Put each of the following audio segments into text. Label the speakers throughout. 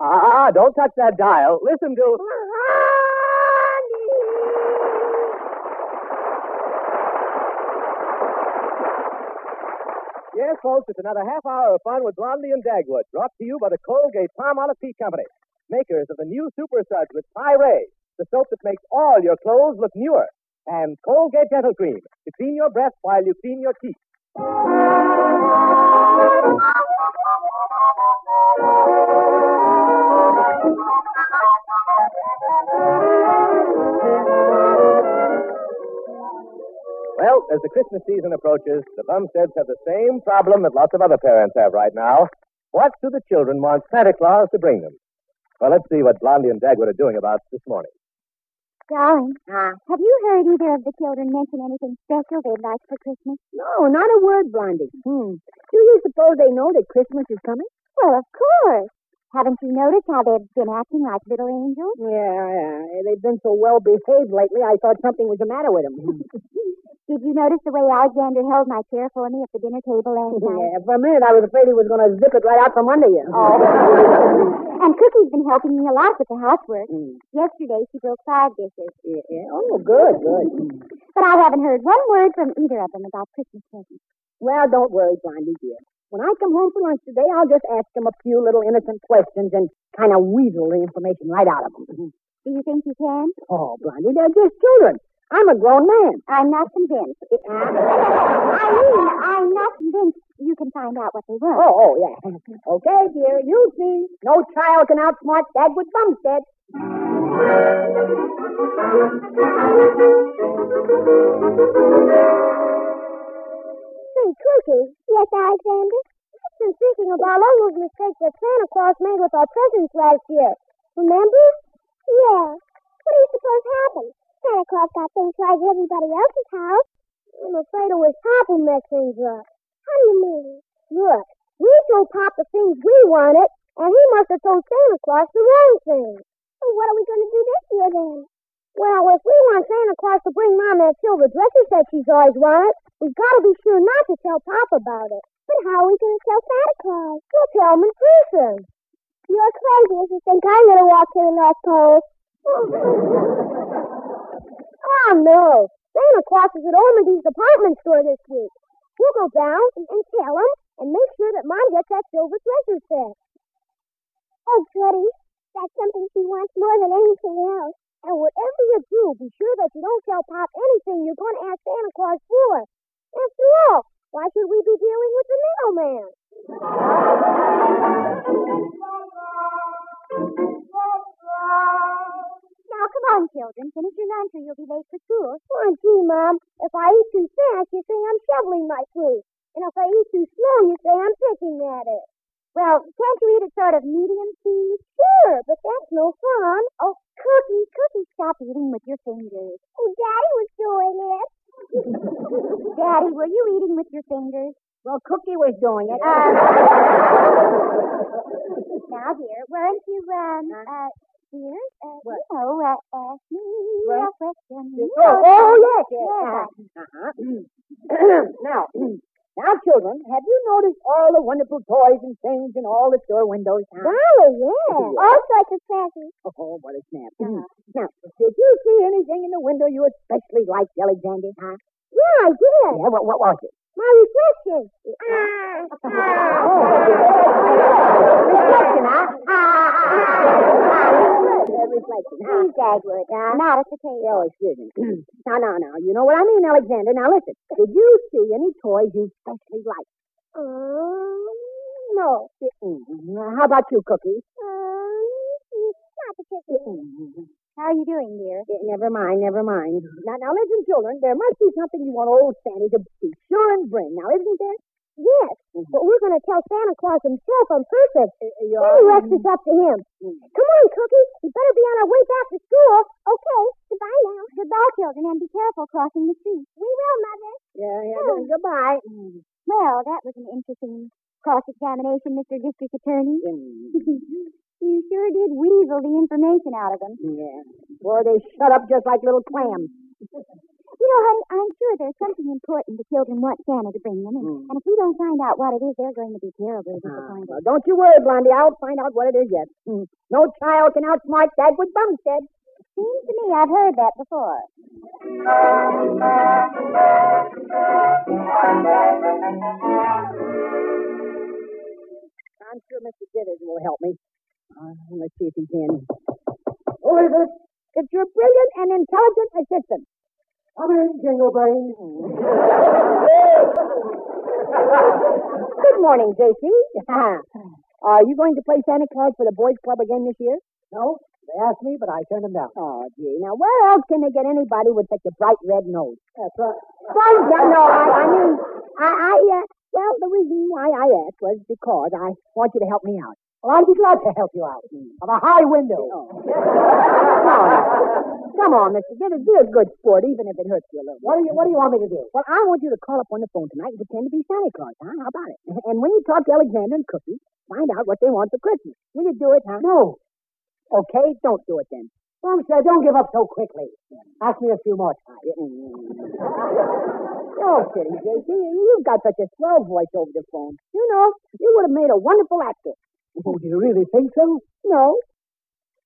Speaker 1: Now, Ah, don't touch that dial. Listen to. Yes, folks, it's another half hour of fun with Blondie and Dagwood, brought to you by the Colgate Palmolive Tea Company, makers of the new Super Suds with Pyray, the soap that makes all your clothes look newer, and Colgate Dental Cream to clean your breath while you clean your teeth. Well, as the Christmas season approaches, the Bumsteads have the same problem that lots of other parents have right now. What do the children want Santa Claus to bring them? Well, let's see what Blondie and Dagwood are doing about this morning.
Speaker 2: Darling,
Speaker 3: Ah,
Speaker 2: have you heard either of the children mention anything special they'd like for Christmas?
Speaker 3: no, not a word, Blondie. Hmm. Do you suppose they know that Christmas is coming?
Speaker 2: Well, of course. Haven't you noticed how they've been acting like little angels?
Speaker 3: Yeah, yeah. They've been so well behaved lately, I thought something was the matter with them.
Speaker 2: Did you notice the way Alexander held my chair for me at the dinner table last night?
Speaker 3: yeah, for a minute, I was afraid he was going to zip it right out from under you.
Speaker 2: Oh. And Cookie's been helping me a lot with the housework.
Speaker 3: Mm.
Speaker 2: Yesterday she broke five dishes,
Speaker 3: Yeah, yeah. Oh, good, good.
Speaker 2: but I haven't heard one word from either of them about Christmas presents.
Speaker 3: Well, don't worry, Blondie, dear. When I come home for lunch today, I'll just ask them a few little innocent questions and kind of weasel the information right out of them.
Speaker 2: Do you think you can?
Speaker 3: Oh, Blondie, they're just children. I'm a grown man.
Speaker 2: I'm not convinced. I mean, I'm not convinced you can find out what they want.
Speaker 3: Oh, oh, yeah. Okay, dear, you see. No child can outsmart Dagwood Bumstead.
Speaker 2: Hey, Cookie. Yes, Alexander? I've been thinking of all those mistakes that Santa Claus made with our presents last year. Remember? Yeah. What do you suppose happened? Santa Claus got things like everybody else's house. I'm afraid it was Papa messed things up. How do you mean? Look, we told Pop the things we wanted, and he must have told Santa Claus the wrong thing. Well, what are we going to do this year then? Well, if we want Santa Claus to bring Mom that silver dresser set she's always wanted, we've got to be sure not to tell Pop about it. But how are we going to tell Santa Claus? We'll tell him in person. You're crazy if you think I'm going to walk to the North Pole. oh, no. Santa Claus is at Ormandy's department store this week. We'll go down and, and tell him and make sure that Mom gets that silver dresser set. Oh, goody. That's something she wants more than anything else. And whatever you do, be sure that you don't tell Pop anything you're going to ask Santa Claus for. After all, why should we be dealing with the middleman? Now, come on, children. Finish your lunch or you'll be late for school. Oh, gee, Mom. If I eat too fast, you say I'm shoveling my food. And if I eat too slow, you say I'm picking at it. Well, can't you eat it sort of medium speed? Sure, but that's no fun. Oh, Cookie, Cookie, stop eating with your fingers. Oh, Daddy was doing it. Daddy, were you eating with your fingers? Uh,
Speaker 3: Well, Cookie was doing it.
Speaker 2: Now, dear, weren't you, um, uh, dear, uh,
Speaker 3: What?
Speaker 2: you know, uh, ask me a
Speaker 3: What?
Speaker 2: question.
Speaker 3: oh, oh, yes, yes.
Speaker 2: Yeah.
Speaker 3: Uh-huh. now, now, children, have you noticed all the wonderful toys and things in all the store windows?
Speaker 2: Uh-huh.
Speaker 3: Huh?
Speaker 2: Golly, yeah. All sorts of presents.
Speaker 3: Oh, what a snap.
Speaker 2: Uh-huh.
Speaker 3: Now, did you see anything in the window you especially liked, Alexander? Huh?
Speaker 2: Yeah, I did.
Speaker 3: Yeah, what, what was it?
Speaker 2: My reflection. Ah,
Speaker 3: Oh,
Speaker 2: ah.
Speaker 3: Reflection, huh? Uh, reflection, huh?
Speaker 2: Please, Dagwood, uh, not at the
Speaker 3: Oh,
Speaker 2: table.
Speaker 3: excuse me. now, now, now. You know what I mean, Alexander. Now, listen. Did you see any toys you specially liked?
Speaker 2: Um, no.
Speaker 3: Mm. How about you, Cookie?
Speaker 2: Um, not particularly.
Speaker 3: Mm.
Speaker 2: How are you doing, dear?
Speaker 3: Eh, Never mind, never mind. Now, now, listen, children. There must be something you want old Sandy to be sure and bring. Now, isn't there?
Speaker 2: Yes, but we're going to tell Santa Claus himself on purpose.
Speaker 3: You're...
Speaker 2: Any rest is up to him. Come on, Cookie. We better be on our way back to school. Okay, goodbye now. Goodbye, children, and be careful crossing the street. We will, Mother.
Speaker 3: Yeah, yeah. good- Goodbye. Mm.
Speaker 2: Well, that was an interesting cross-examination, Mr. District Attorney. you sure did weasel the information out of them.
Speaker 3: Yeah. Boy, they shut up just like little clams.
Speaker 2: You know, honey, I'm sure there's something important the children want Santa to bring them, and,
Speaker 3: Hmm.
Speaker 2: and if we don't find out what it is, they're going to be terribly
Speaker 3: Ah,
Speaker 2: disappointed.
Speaker 3: well, don't you worry, Blondie. I'll find out what it is yet. Hmm. No child can outsmart Dagwood Bumstead.
Speaker 2: Seems to me I've heard that before.
Speaker 3: I'm sure Mr. Dithers will help me. Uh, let's see if he can. Elizabeth,
Speaker 2: It's your brilliant and intelligent assistant.
Speaker 3: come in, Jingle Brain.
Speaker 2: Good morning, J.C.
Speaker 3: Are you going to play Santa Claus for the boys' club again this year? No. They asked me, but I turned them down. Oh, gee. Now, where else can they get anybody with such a bright red nose? That's right. Thank you. No, I, I mean, I, I, uh, well, the reason why I asked was because I want you to help me out. Hmm. Oh. Well, I'd be glad to help you out. From a high window. Come on, Mr. Dillard. Be a good sport, even if it hurts you a little. What do you What do you want me to do? Well, I want you to call up on the phone tonight and pretend to be Santa Claus. Huh? How about it? And when you talk to Alexander and Cookie, find out what they want for Christmas. Will you do it? Huh? No. Okay, don't do it then. Well, sir, don't give up so quickly. Ask me a few more times. no kidding, J.C. You've got such a swell voice over the phone. You know, you would have made a wonderful actor. Oh, do you really think so? No,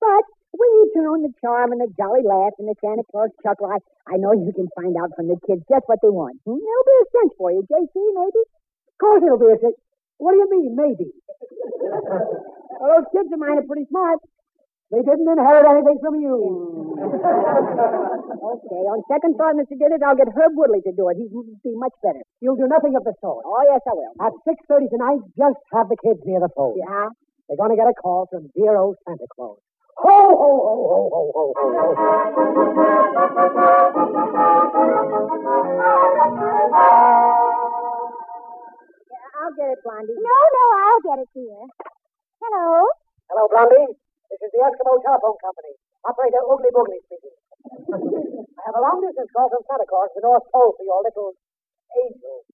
Speaker 3: but when you turn on the charm and the jolly laugh and the Santa Claus chuckle, I, I know you can find out from the kids just what they want. Hmm? There'll be a cinch for you, J.C., maybe. Of course it'll be a cinch. What do you mean, maybe? well, those kids of mine are pretty smart. They didn't inherit anything from you. okay, on second thought, Mr. Dillard, I'll get Herb Woodley to do it. He'd be much better. You'll do nothing of the sort. Oh, yes, I will. At 6.30 tonight, just have the kids near the phone. Yeah? They're going to get a call from dear old Santa Claus. Ho, ho, ho, ho, ho, ho, ho, ho. Yeah, I'll get it, Blondie.
Speaker 2: No, no, I'll get it, dear. Hello?
Speaker 3: Hello, Blondie. This is the Eskimo Telephone Company. Operator Oogly Boogly speaking. I have a long distance call from Santa Claus, the North Pole, for your little angel.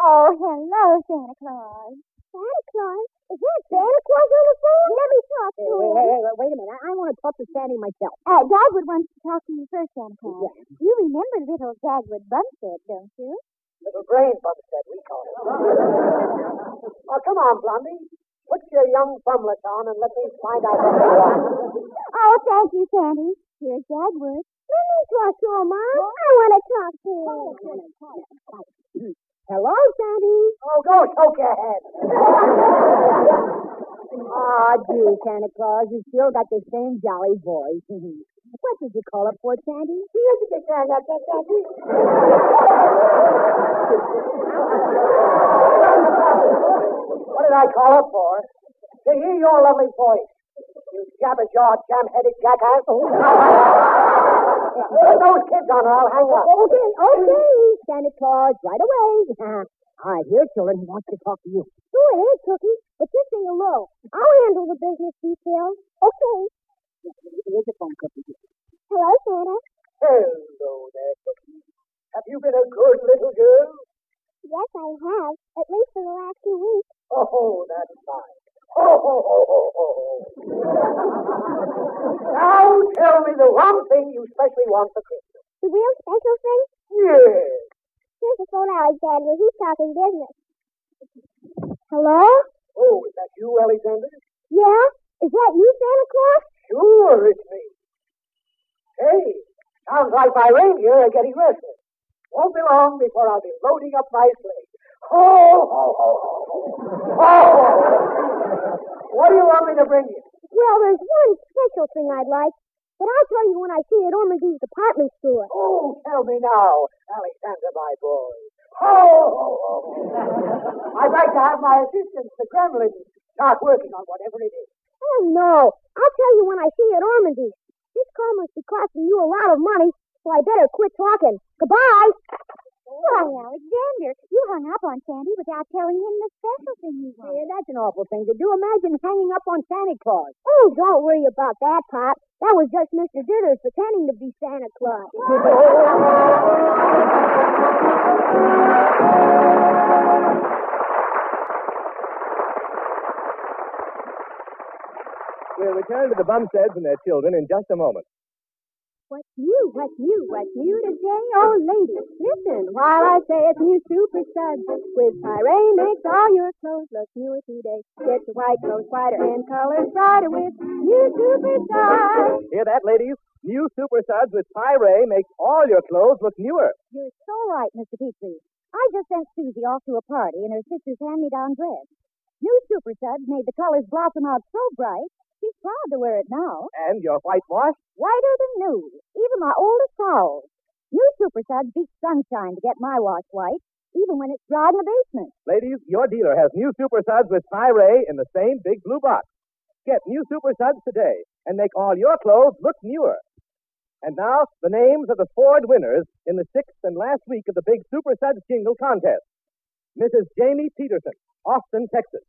Speaker 2: Oh, hello, Santa Claus. Santa Claus? Is that Santa Claus on the phone? Let me talk
Speaker 3: Hey,
Speaker 2: to
Speaker 3: wait,
Speaker 2: him.
Speaker 3: hey, hey, wait a minute. I, I want to talk to Sandy myself.
Speaker 2: Uh, Dagwood wants to talk to you first, Santa Claus. You remember little Dagwood Bumstead, don't you?
Speaker 3: Little brain bumstead, we call it. oh, come on, Blondie. Put your young bumlet on and let me find out what you want.
Speaker 2: Oh, thank you, Sandy. Here's Dagwood. Let me talk to him, Mom. I want to talk to him.
Speaker 3: Hello, Sandy. Oh, go poke your head. Ah, gee, Santa Claus, you still got the same jolly voice. what did you call it for, Sandy? what did I call it for? To hear your lovely voice. You jabber-jawed, jam-headed jackass. Put those kids on or I'll hang up. Okay, okay, Santa Claus, right away. All right, here, children, he wants to talk to you.
Speaker 2: Who it is, Cookie? But you sing alone. I'll handle the business details. Okay.
Speaker 3: Here's a phone cookie.
Speaker 2: Hello, Santa.
Speaker 3: Hello there, Cookie. Have you been a good little girl?
Speaker 2: Yes, I have. At least for the last two weeks.
Speaker 3: Oh, that's fine. Oh, ho, ho, ho, ho, ho. now tell me the one thing you specially want for Christmas.
Speaker 2: The real special thing?
Speaker 3: Yes.
Speaker 2: Here's the phone, Alexander. He's talking business. Hello?
Speaker 3: Oh, is that you, Alexander?
Speaker 2: Yeah? Is that you, Santa Claus?
Speaker 3: Sure, it's me. Hey, sounds like my reindeer are getting restless. Won't be long before I'll be loading up my sleigh. Ho, ho, ho, ho, ho. ho. What do you want me to bring you?
Speaker 2: Well, there's one special thing I'd like, but I'll tell you when I see it Ormandy's department store.
Speaker 3: Oh, tell me now, Alexander, my boy. Oh, I'd like to have my assistants, the gremlins, start working on whatever it is.
Speaker 2: Oh, no. I'll tell you when I see it Ormandy's. This call must be costing you a lot of money, so I better quit talking. Goodbye. Why, Alexander, you hung up on Sandy without telling him the special thing you
Speaker 3: Yeah, that's an awful thing to do. Imagine hanging up on Santa Claus.
Speaker 2: Oh, don't worry about that, Pop. That was just Mr. Ditters pretending to be Santa Claus.
Speaker 1: We'll return to the Bumsteads and their children in just a moment.
Speaker 2: What's new? What's new? What's new today? Oh, ladies, listen while I say it's new super suds. With Pyray makes all your clothes look newer today. Get your white clothes whiter and colors brighter with new super suds.
Speaker 1: Hear that, ladies? New Super Suds with Pyray makes all your clothes look newer.
Speaker 2: You're so right, Mr. Petrie. I just sent Susie off to a party in her sister's hand-me-down dress. New super suds made the colors blossom out so bright, she's proud to wear it now.
Speaker 1: And your whitewash?
Speaker 2: whiter than new, even my oldest towels. New Super Suds beats sunshine to get my wash white, even when it's dry in the basement.
Speaker 1: Ladies, your dealer has new Super Suds with Pyray in the same big blue box. Get new Super Suds today and make all your clothes look newer. And now, the names of the Ford winners in the sixth and last week of the big Super Suds Jingle contest. Mrs. Jamie Peterson, Austin, Texas.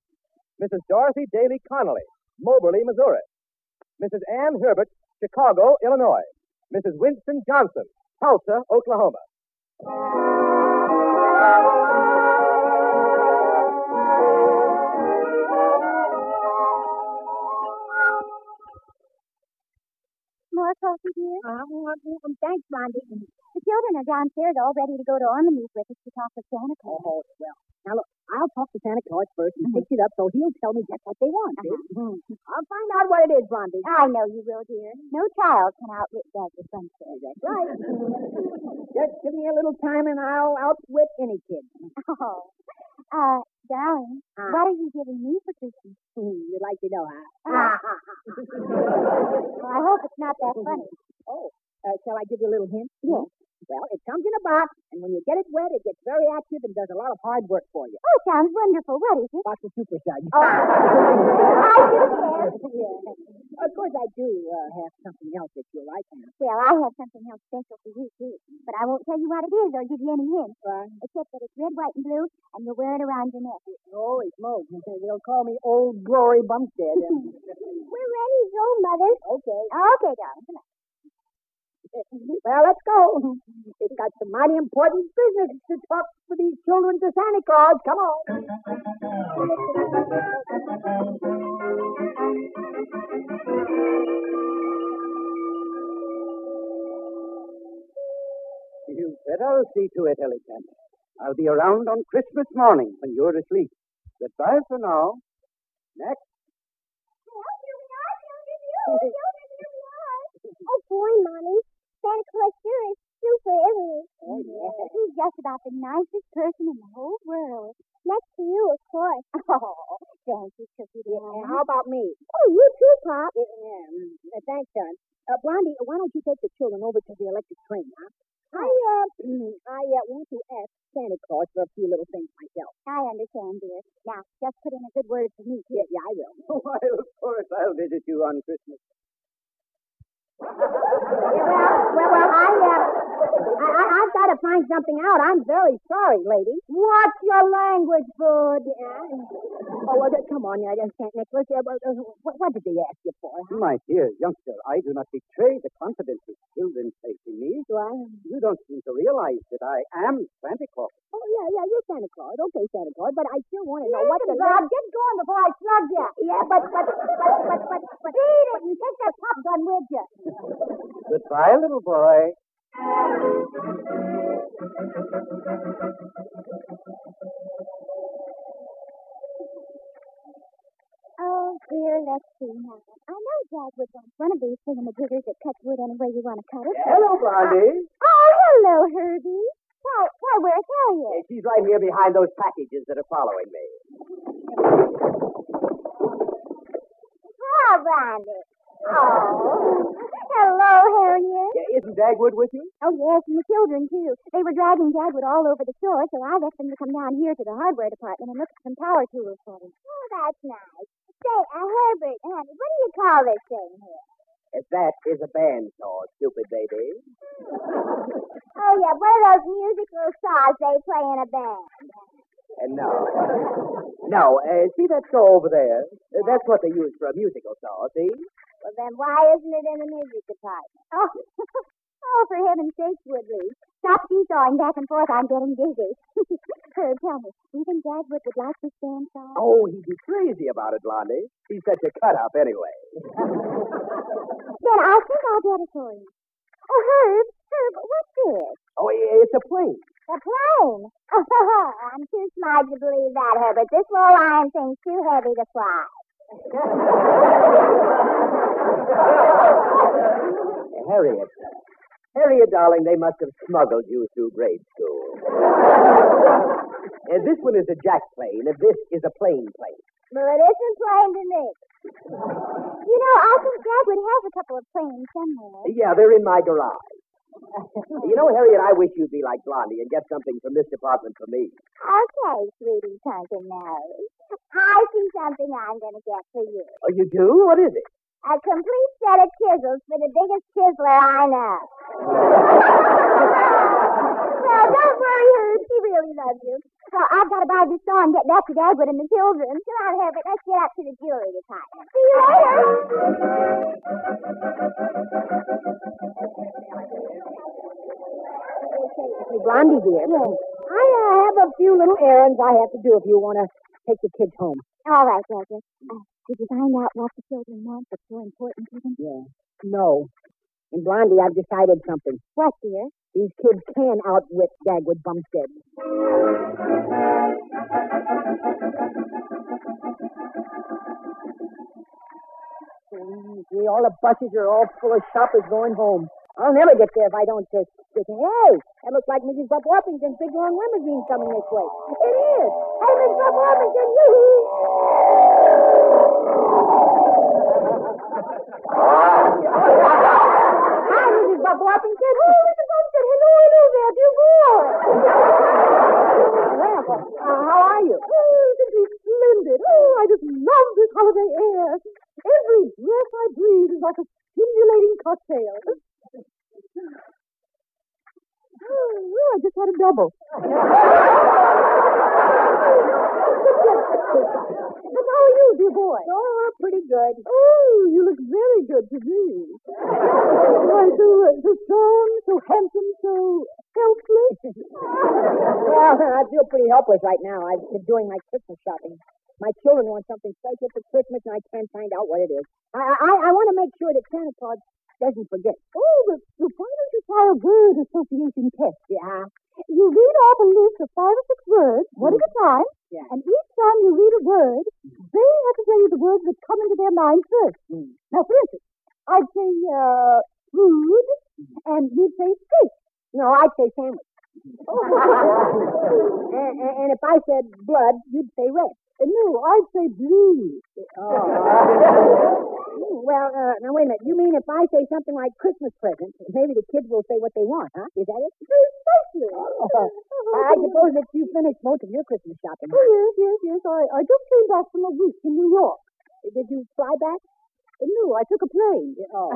Speaker 1: Mrs. Dorothy Daly Connolly, Moberly, Missouri. Mrs. Ann Herbert, Chicago, Illinois. Mrs. Winston Johnson, Tulsa, Oklahoma.
Speaker 2: More coffee, dear? I want one. Thanks, Blondie. The children are downstairs all ready to go to Ormond's with us to talk with Santa Claus. Mm-hmm.
Speaker 3: Oh, well. Now, look, I'll talk to Santa Claus first and fix it up so he'll tell me just what they want. see? I'll find out what it is, Blondie.
Speaker 2: Uh-huh. I know you will, dear. No child can outwit Dad's sunset. That's
Speaker 3: Right. just give me a little time and I'll outwit any kid.
Speaker 2: Oh. Uh, darling,
Speaker 3: Ah.
Speaker 2: what are you giving me for Christmas?
Speaker 3: Hmm, You'd like to know,
Speaker 2: Ah.
Speaker 3: huh?
Speaker 2: Well, I hope it's not that funny.
Speaker 3: oh, uh, shall I give you a little hint?
Speaker 2: Yes.
Speaker 3: Well, it comes in a box, and when you get it wet, it gets very active and does a lot of hard work for you.
Speaker 2: Oh, sounds wonderful. What is it?
Speaker 3: Box of super suds.
Speaker 2: Oh, I do care.
Speaker 3: Of course, I do uh, have something else if you like.
Speaker 2: Well, I have something else special for you, too. But I won't tell you what it is or give you any hint, except that it's red, white, and blue, and you'll wear it around your neck.
Speaker 3: Holy smokes. They'll call me Old Glory Bumstead.
Speaker 2: Hmm. We're ready to go, Mother.
Speaker 3: okay.
Speaker 2: Okay, darling. Come on.
Speaker 3: Well, let's go. It's got some mighty important business to talk for these children to Santa Claus. Come on.
Speaker 1: You better see to it, Alexander. I'll be around on Christmas morning when you're asleep. Goodbye for now. Next.
Speaker 2: Well, here we are, children. You, children, here we are. Oh, boy, Mommy. Santa Claus sure is super, isn't he?
Speaker 3: Oh, yeah.
Speaker 2: He's just about the nicest person in the whole world. Next to you, of course. Oh, thank you, Cookie. dear.
Speaker 3: And how about me?
Speaker 2: Oh, you too, Pop.
Speaker 3: Yeah, mm, uh, thanks, John. Uh, Blondie, why don't you take the children over to the electric train, huh?
Speaker 2: Oh.
Speaker 3: I, uh, I uh, want to ask Santa Claus for a few little things myself.
Speaker 2: I understand, dear. Now, just put in a good word for me.
Speaker 3: Yeah, yeah, I will.
Speaker 1: Why, of course, I'll visit you on Christmas.
Speaker 3: Well, well, I, uh, I, I, I've got to find something out. I'm very sorry, lady. What's your language, bud? Oh, well, uh, come on, uh, St. Nicholas. Uh, well, uh, what, what did they ask you for? huh?
Speaker 1: My dear youngster, I do not betray the confidence the children place in me.
Speaker 3: Do I?
Speaker 1: You don't seem to realize that I am Santa Claus.
Speaker 3: Oh, yeah, yeah, you're Santa Claus. Okay, Santa Claus, but I still want to know what the...
Speaker 2: Listen, Rob, get going before I slug you. Yeah, but, but, but, but, but, but, beat it and take that pop gun with you.
Speaker 1: Goodbye, little boy.
Speaker 2: Oh, dear, let's see now. I know Dad would want one of these thingamajiggers that cuts wood any way you want to cut it.
Speaker 1: Hello, Blondie.
Speaker 2: Oh, hello, Herbie. Why, why, where's Harriet?
Speaker 1: She's right here behind those packages that are following me.
Speaker 2: Hi, Blondie. Oh, hello, Harriet.
Speaker 1: Yeah, Isn't Dagwood with you?
Speaker 2: Oh, yes, and the children, too. They were dragging Dagwood all over the store, so I left them to come down here to the hardware department and look at some power tools for them. Oh, that's nice. Say, uh, Herbert, honey, what do you call this thing here?
Speaker 1: Uh, That is a bandsaw, stupid baby.
Speaker 2: Oh, yeah, one of those musical saws they play in a band.
Speaker 1: And no. Uh, No, uh, see that saw over there? Uh, that's what they use for a musical saw, see?
Speaker 2: Well, then why isn't it in the music department? Oh, oh for heaven's sake, Woodley. Stop seesawing back and forth. I'm getting dizzy. Herb, tell me, do you think Dagwood would like this band song?
Speaker 1: Oh, he'd be crazy about it, Blondie. He's such a cut up, anyway.
Speaker 2: Then I think I'll get it for you. Oh, Herb, Herb, what's this?
Speaker 1: Oh, i- it's a plane.
Speaker 2: The plane. Oh, I'm too smart to believe that, Herbert. This little lion thing's too heavy to fly.
Speaker 1: Harriet. Harriet, darling, they must have smuggled you through grade school. Uh, this one is a jack plane. and This is a plane plane.
Speaker 2: Well, it isn't plain to me. You know, I think Dagwood has a couple of planes somewhere.
Speaker 1: Yeah, they're in my garage. You know, Harriet, I wish you'd be like Blondie and get something from this department for me.
Speaker 2: Okay, sweetie, Tonkin Mary. I see something I'm going to get for you.
Speaker 1: Oh, you do? What is it?
Speaker 2: A complete set of chisels for the biggest chiseler I know. well, don't worry, Herb. He really loves you. Well, I've got to buy this saw and get back to Dagwood and the children. Come on, Herbert. Let's get up to the jewelry department. See you later.
Speaker 4: Hey, Blondie, dear.
Speaker 2: Yes.
Speaker 4: I uh, have a few little errands I have to do if you want to take the kids home.
Speaker 2: All right, Dagwood. Uh, did you find out what the children want that's so important to them?
Speaker 4: Yeah. No. And Blondie, I've decided something.
Speaker 2: What, dear?
Speaker 4: These kids can outwit Dagwood Bumstead. Gee, all the buses are all full of shoppers going home. I'll never get there if I don't just stick in. Hey, that looks like Mrs. Buck Orpington's big long limousine coming this way. It is. Hey, Mrs. Buck Orpington, yoo Hi, Mrs. Buck Orpington. Oh, Mrs. Orpington, hello, hello there, dear boy. Well, uh, how are you?
Speaker 3: Oh, simply splendid. Oh, I just love this holiday air. Every breath I breathe is like a stimulating cocktail. Oh, well, I just had a double. but how are you, dear boy?
Speaker 4: Oh, pretty good.
Speaker 3: Oh, you look very good to me. Why, so, uh, so strong, so handsome, so helpless.
Speaker 4: Well, I feel pretty helpless right now. I've been doing my Christmas shopping. My children want something special for Christmas, and I can't find out what it is. I I, I want to make sure that Santa Claus doesn't forget.
Speaker 3: Oh, but but why don't you try a word association test?
Speaker 4: Yeah,
Speaker 3: You read off a list of five or six words, one at a time,
Speaker 4: Yeah.
Speaker 3: and each time you read a word, they have to tell you the words that come into their mind first.
Speaker 4: Mm.
Speaker 3: Now, for instance, I'd say, uh, food, and you'd say steak.
Speaker 4: no, I'd say sandwich. and, and, and if I said blood, you'd say red.
Speaker 3: And no, I'd say blue. Oh.
Speaker 4: Mm, Well, uh, now wait a minute. You mean if I say something like Christmas present, maybe the kids will say what they want, huh? Is that it?
Speaker 3: Precisely.
Speaker 4: I I suppose that you finished most of your Christmas shopping.
Speaker 3: Oh, yes, yes, yes. I, I just came back from a week in New York.
Speaker 4: Did you fly back?
Speaker 3: No, I took a plane.
Speaker 4: Oh.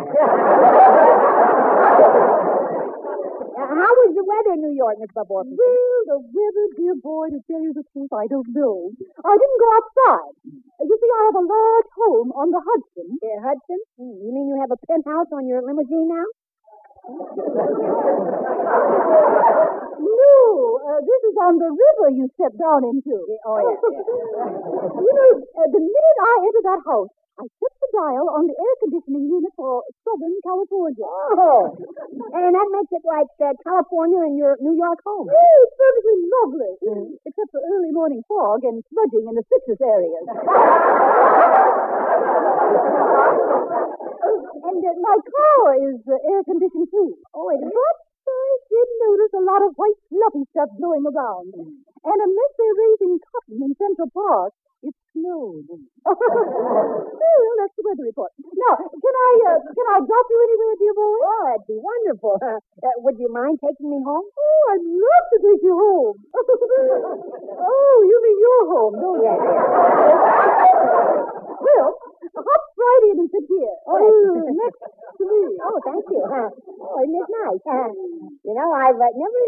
Speaker 4: Now, Uh, how was the weather in New York, Miss Bob Orpington?
Speaker 3: Well, the weather, dear boy, to tell you the truth, I don't know. I didn't go outside. You see, I have a large home on the Hudson.
Speaker 4: Uh, Hudson? Hmm, You mean you have a penthouse on your limousine now?
Speaker 3: No, uh, this is on the river you step down into.
Speaker 4: oh, yes,
Speaker 3: you know, uh, the minute I enter that house, I set the dial on the air conditioning unit for Southern California.
Speaker 4: Oh. And that makes it like uh, California and your New York home. Mm-hmm.
Speaker 3: Oh, it's perfectly lovely, except for early morning fog and sludging in the citrus areas. and uh, my car is uh, air conditioned too. Oh, it is. But I did notice a lot of white fluffy stuff blowing around.
Speaker 4: Mm-hmm.
Speaker 3: And unless they're raising cotton in Central Park, it snowed. well, Oh, that's the weather report. Now, can I uh, can I drop you anywhere, dear boy?
Speaker 4: Oh, that'd be wonderful. Uh, would you mind taking me home?
Speaker 3: Oh, I'd love to take you home. oh, you mean your home, don't you? well, hop right in and sit here. Oh, next to me.
Speaker 4: Oh, thank you. Uh, oh, isn't it nice? Uh, you know, I've uh, never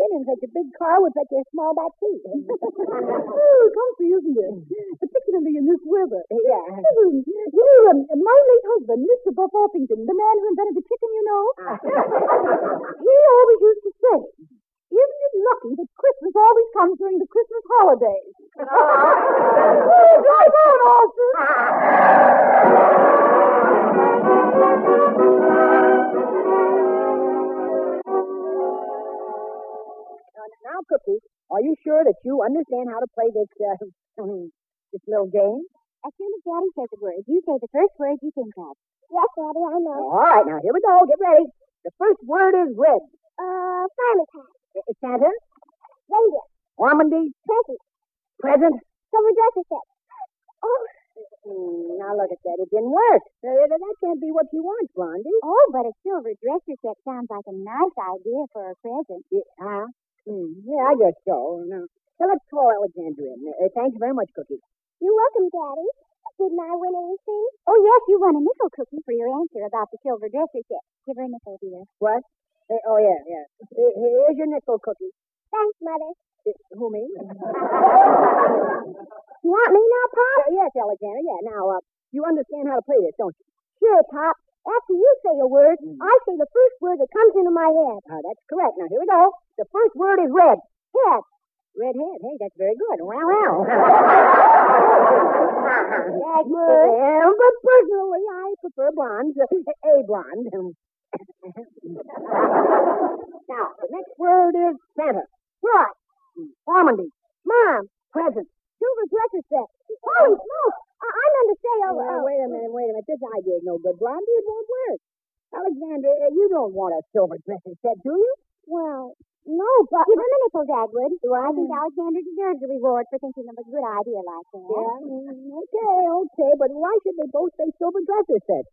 Speaker 4: been in such a big car with such a small back seat.
Speaker 3: Oh, comfy, isn't it? Particularly in this weather.
Speaker 4: yeah.
Speaker 3: You know, um, my late husband, Mr. Buff Orpington, the man who invented the chicken, you know, he always used to say, isn't it lucky that Christmas always comes during the Christmas holidays? oh, drive on, Austin! you understand how to play this, uh, this little game?
Speaker 2: As soon as Daddy says a word, you say the first word you think of. Yes, Daddy, I know.
Speaker 3: All right, now here we go. Get ready. The first word is red.
Speaker 2: Uh, farmer's hat,
Speaker 3: I- Santa,
Speaker 2: reindeer,
Speaker 3: Ormandy,
Speaker 2: turkey,
Speaker 3: present.
Speaker 2: silver dresser set.
Speaker 3: Oh, mm, now look at that. It didn't work. Uh, that that can't be what you want, Blondie.
Speaker 2: Oh, but a silver dresser set sounds like a nice idea for a present.
Speaker 3: Yeah, huh? Mm, yeah, I guess so. Now, now let's call Alexandria in. Uh, thanks very much, Cookie.
Speaker 2: You're welcome, Daddy. Didn't I win anything? Oh, yes, you won a nickel cookie for your answer about the silver dresser set. Give her a nickel, dear.
Speaker 3: What? Uh, oh, yeah, yeah. Uh, here's your nickel, Cookie.
Speaker 2: Thanks, Mother.
Speaker 3: Uh, who, me?
Speaker 2: You want me now,
Speaker 3: Uh,
Speaker 2: Pop?
Speaker 3: yes, Alexandria, yeah. Now, uh, you understand how to play this, don't you?
Speaker 2: Sure, Pop. After you say a word,
Speaker 3: Mm-hmm.
Speaker 2: I say the first word that comes into my head.
Speaker 3: Uh, that's correct. Now, here we go. The first word is red. Head. Red head. Hey, that's very good. Wow, wow.
Speaker 2: Dagwood.
Speaker 3: Well, but personally, I prefer blondes. A blonde. now, the next word is Santa. What? Ormandy. Mom. Present.
Speaker 2: Silver dresser set. Holy smokes! I- I'm under sale.
Speaker 3: Oh. Well,
Speaker 2: uh,
Speaker 3: wait a minute, wait a minute. This idea is no good, Blondie. It won't work. Alexander, uh, you don't want a silver dressing set, do you?
Speaker 2: Well, no, but... Give him a nickel, Dagwood. I think Alexander deserves a reward for thinking of a good idea like that.
Speaker 3: mm, Okay, okay, but why should they both say silver dresser sets?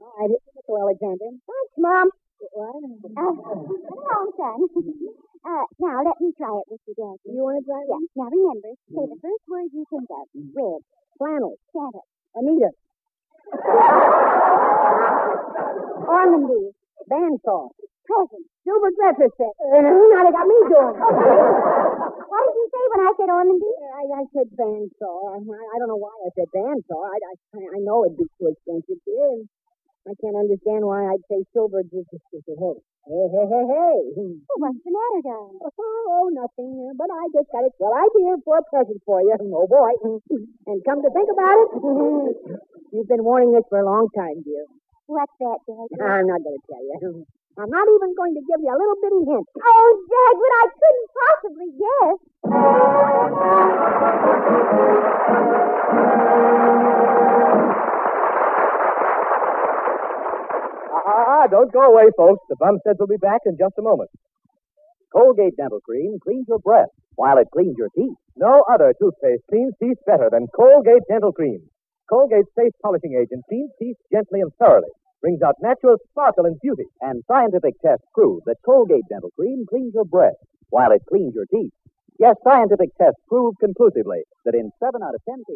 Speaker 3: All right, here's the nickel, Alexander. Thanks, Mom.
Speaker 2: Uh, come on, son. Uh, now, let me try it with you, Dagwood.
Speaker 3: You want to try Mm-hmm.
Speaker 2: Yeah. Now, remember, say the first word you think of. Red.
Speaker 3: Flannel.
Speaker 2: Santa.
Speaker 3: Anita.
Speaker 2: Ormandy.
Speaker 3: Bandsaw.
Speaker 2: Present.
Speaker 3: Silver dresser set. Uh, now they got me doing it.
Speaker 2: What did you say when I said Ormandy?
Speaker 3: I, I said bandsaw. I, I don't know why I said bandsaw. I, I, I know it'd be too expensive, dear. and I can't understand why I'd say silver dresser set. Hey, hey, hey, hey, hey.
Speaker 2: Oh, what's the matter, darling?
Speaker 3: Oh, nothing. uh, But I just got a swell idea for a present for you. Oh, boy. And come to think about it, you've been wanting this for a long time, dear.
Speaker 2: What's that, Dagwood?
Speaker 3: I'm not going to tell you. I'm not even going to give you a little bitty hint.
Speaker 2: Oh, Dagwood, I couldn't possibly guess.
Speaker 1: Ah, ah, ah, don't go away, folks. The Bumsteads will be back in just a moment. Colgate Dental Cream cleans your breath while it cleans your teeth. No other toothpaste cleans teeth better than Colgate Dental Cream. Colgate's safe polishing agent cleans teeth gently and thoroughly, brings out natural sparkle and beauty, and scientific tests prove that Colgate Dental Cream cleans your breath while it cleans your teeth. Yes, scientific tests prove conclusively that in 7 out of 10 cases,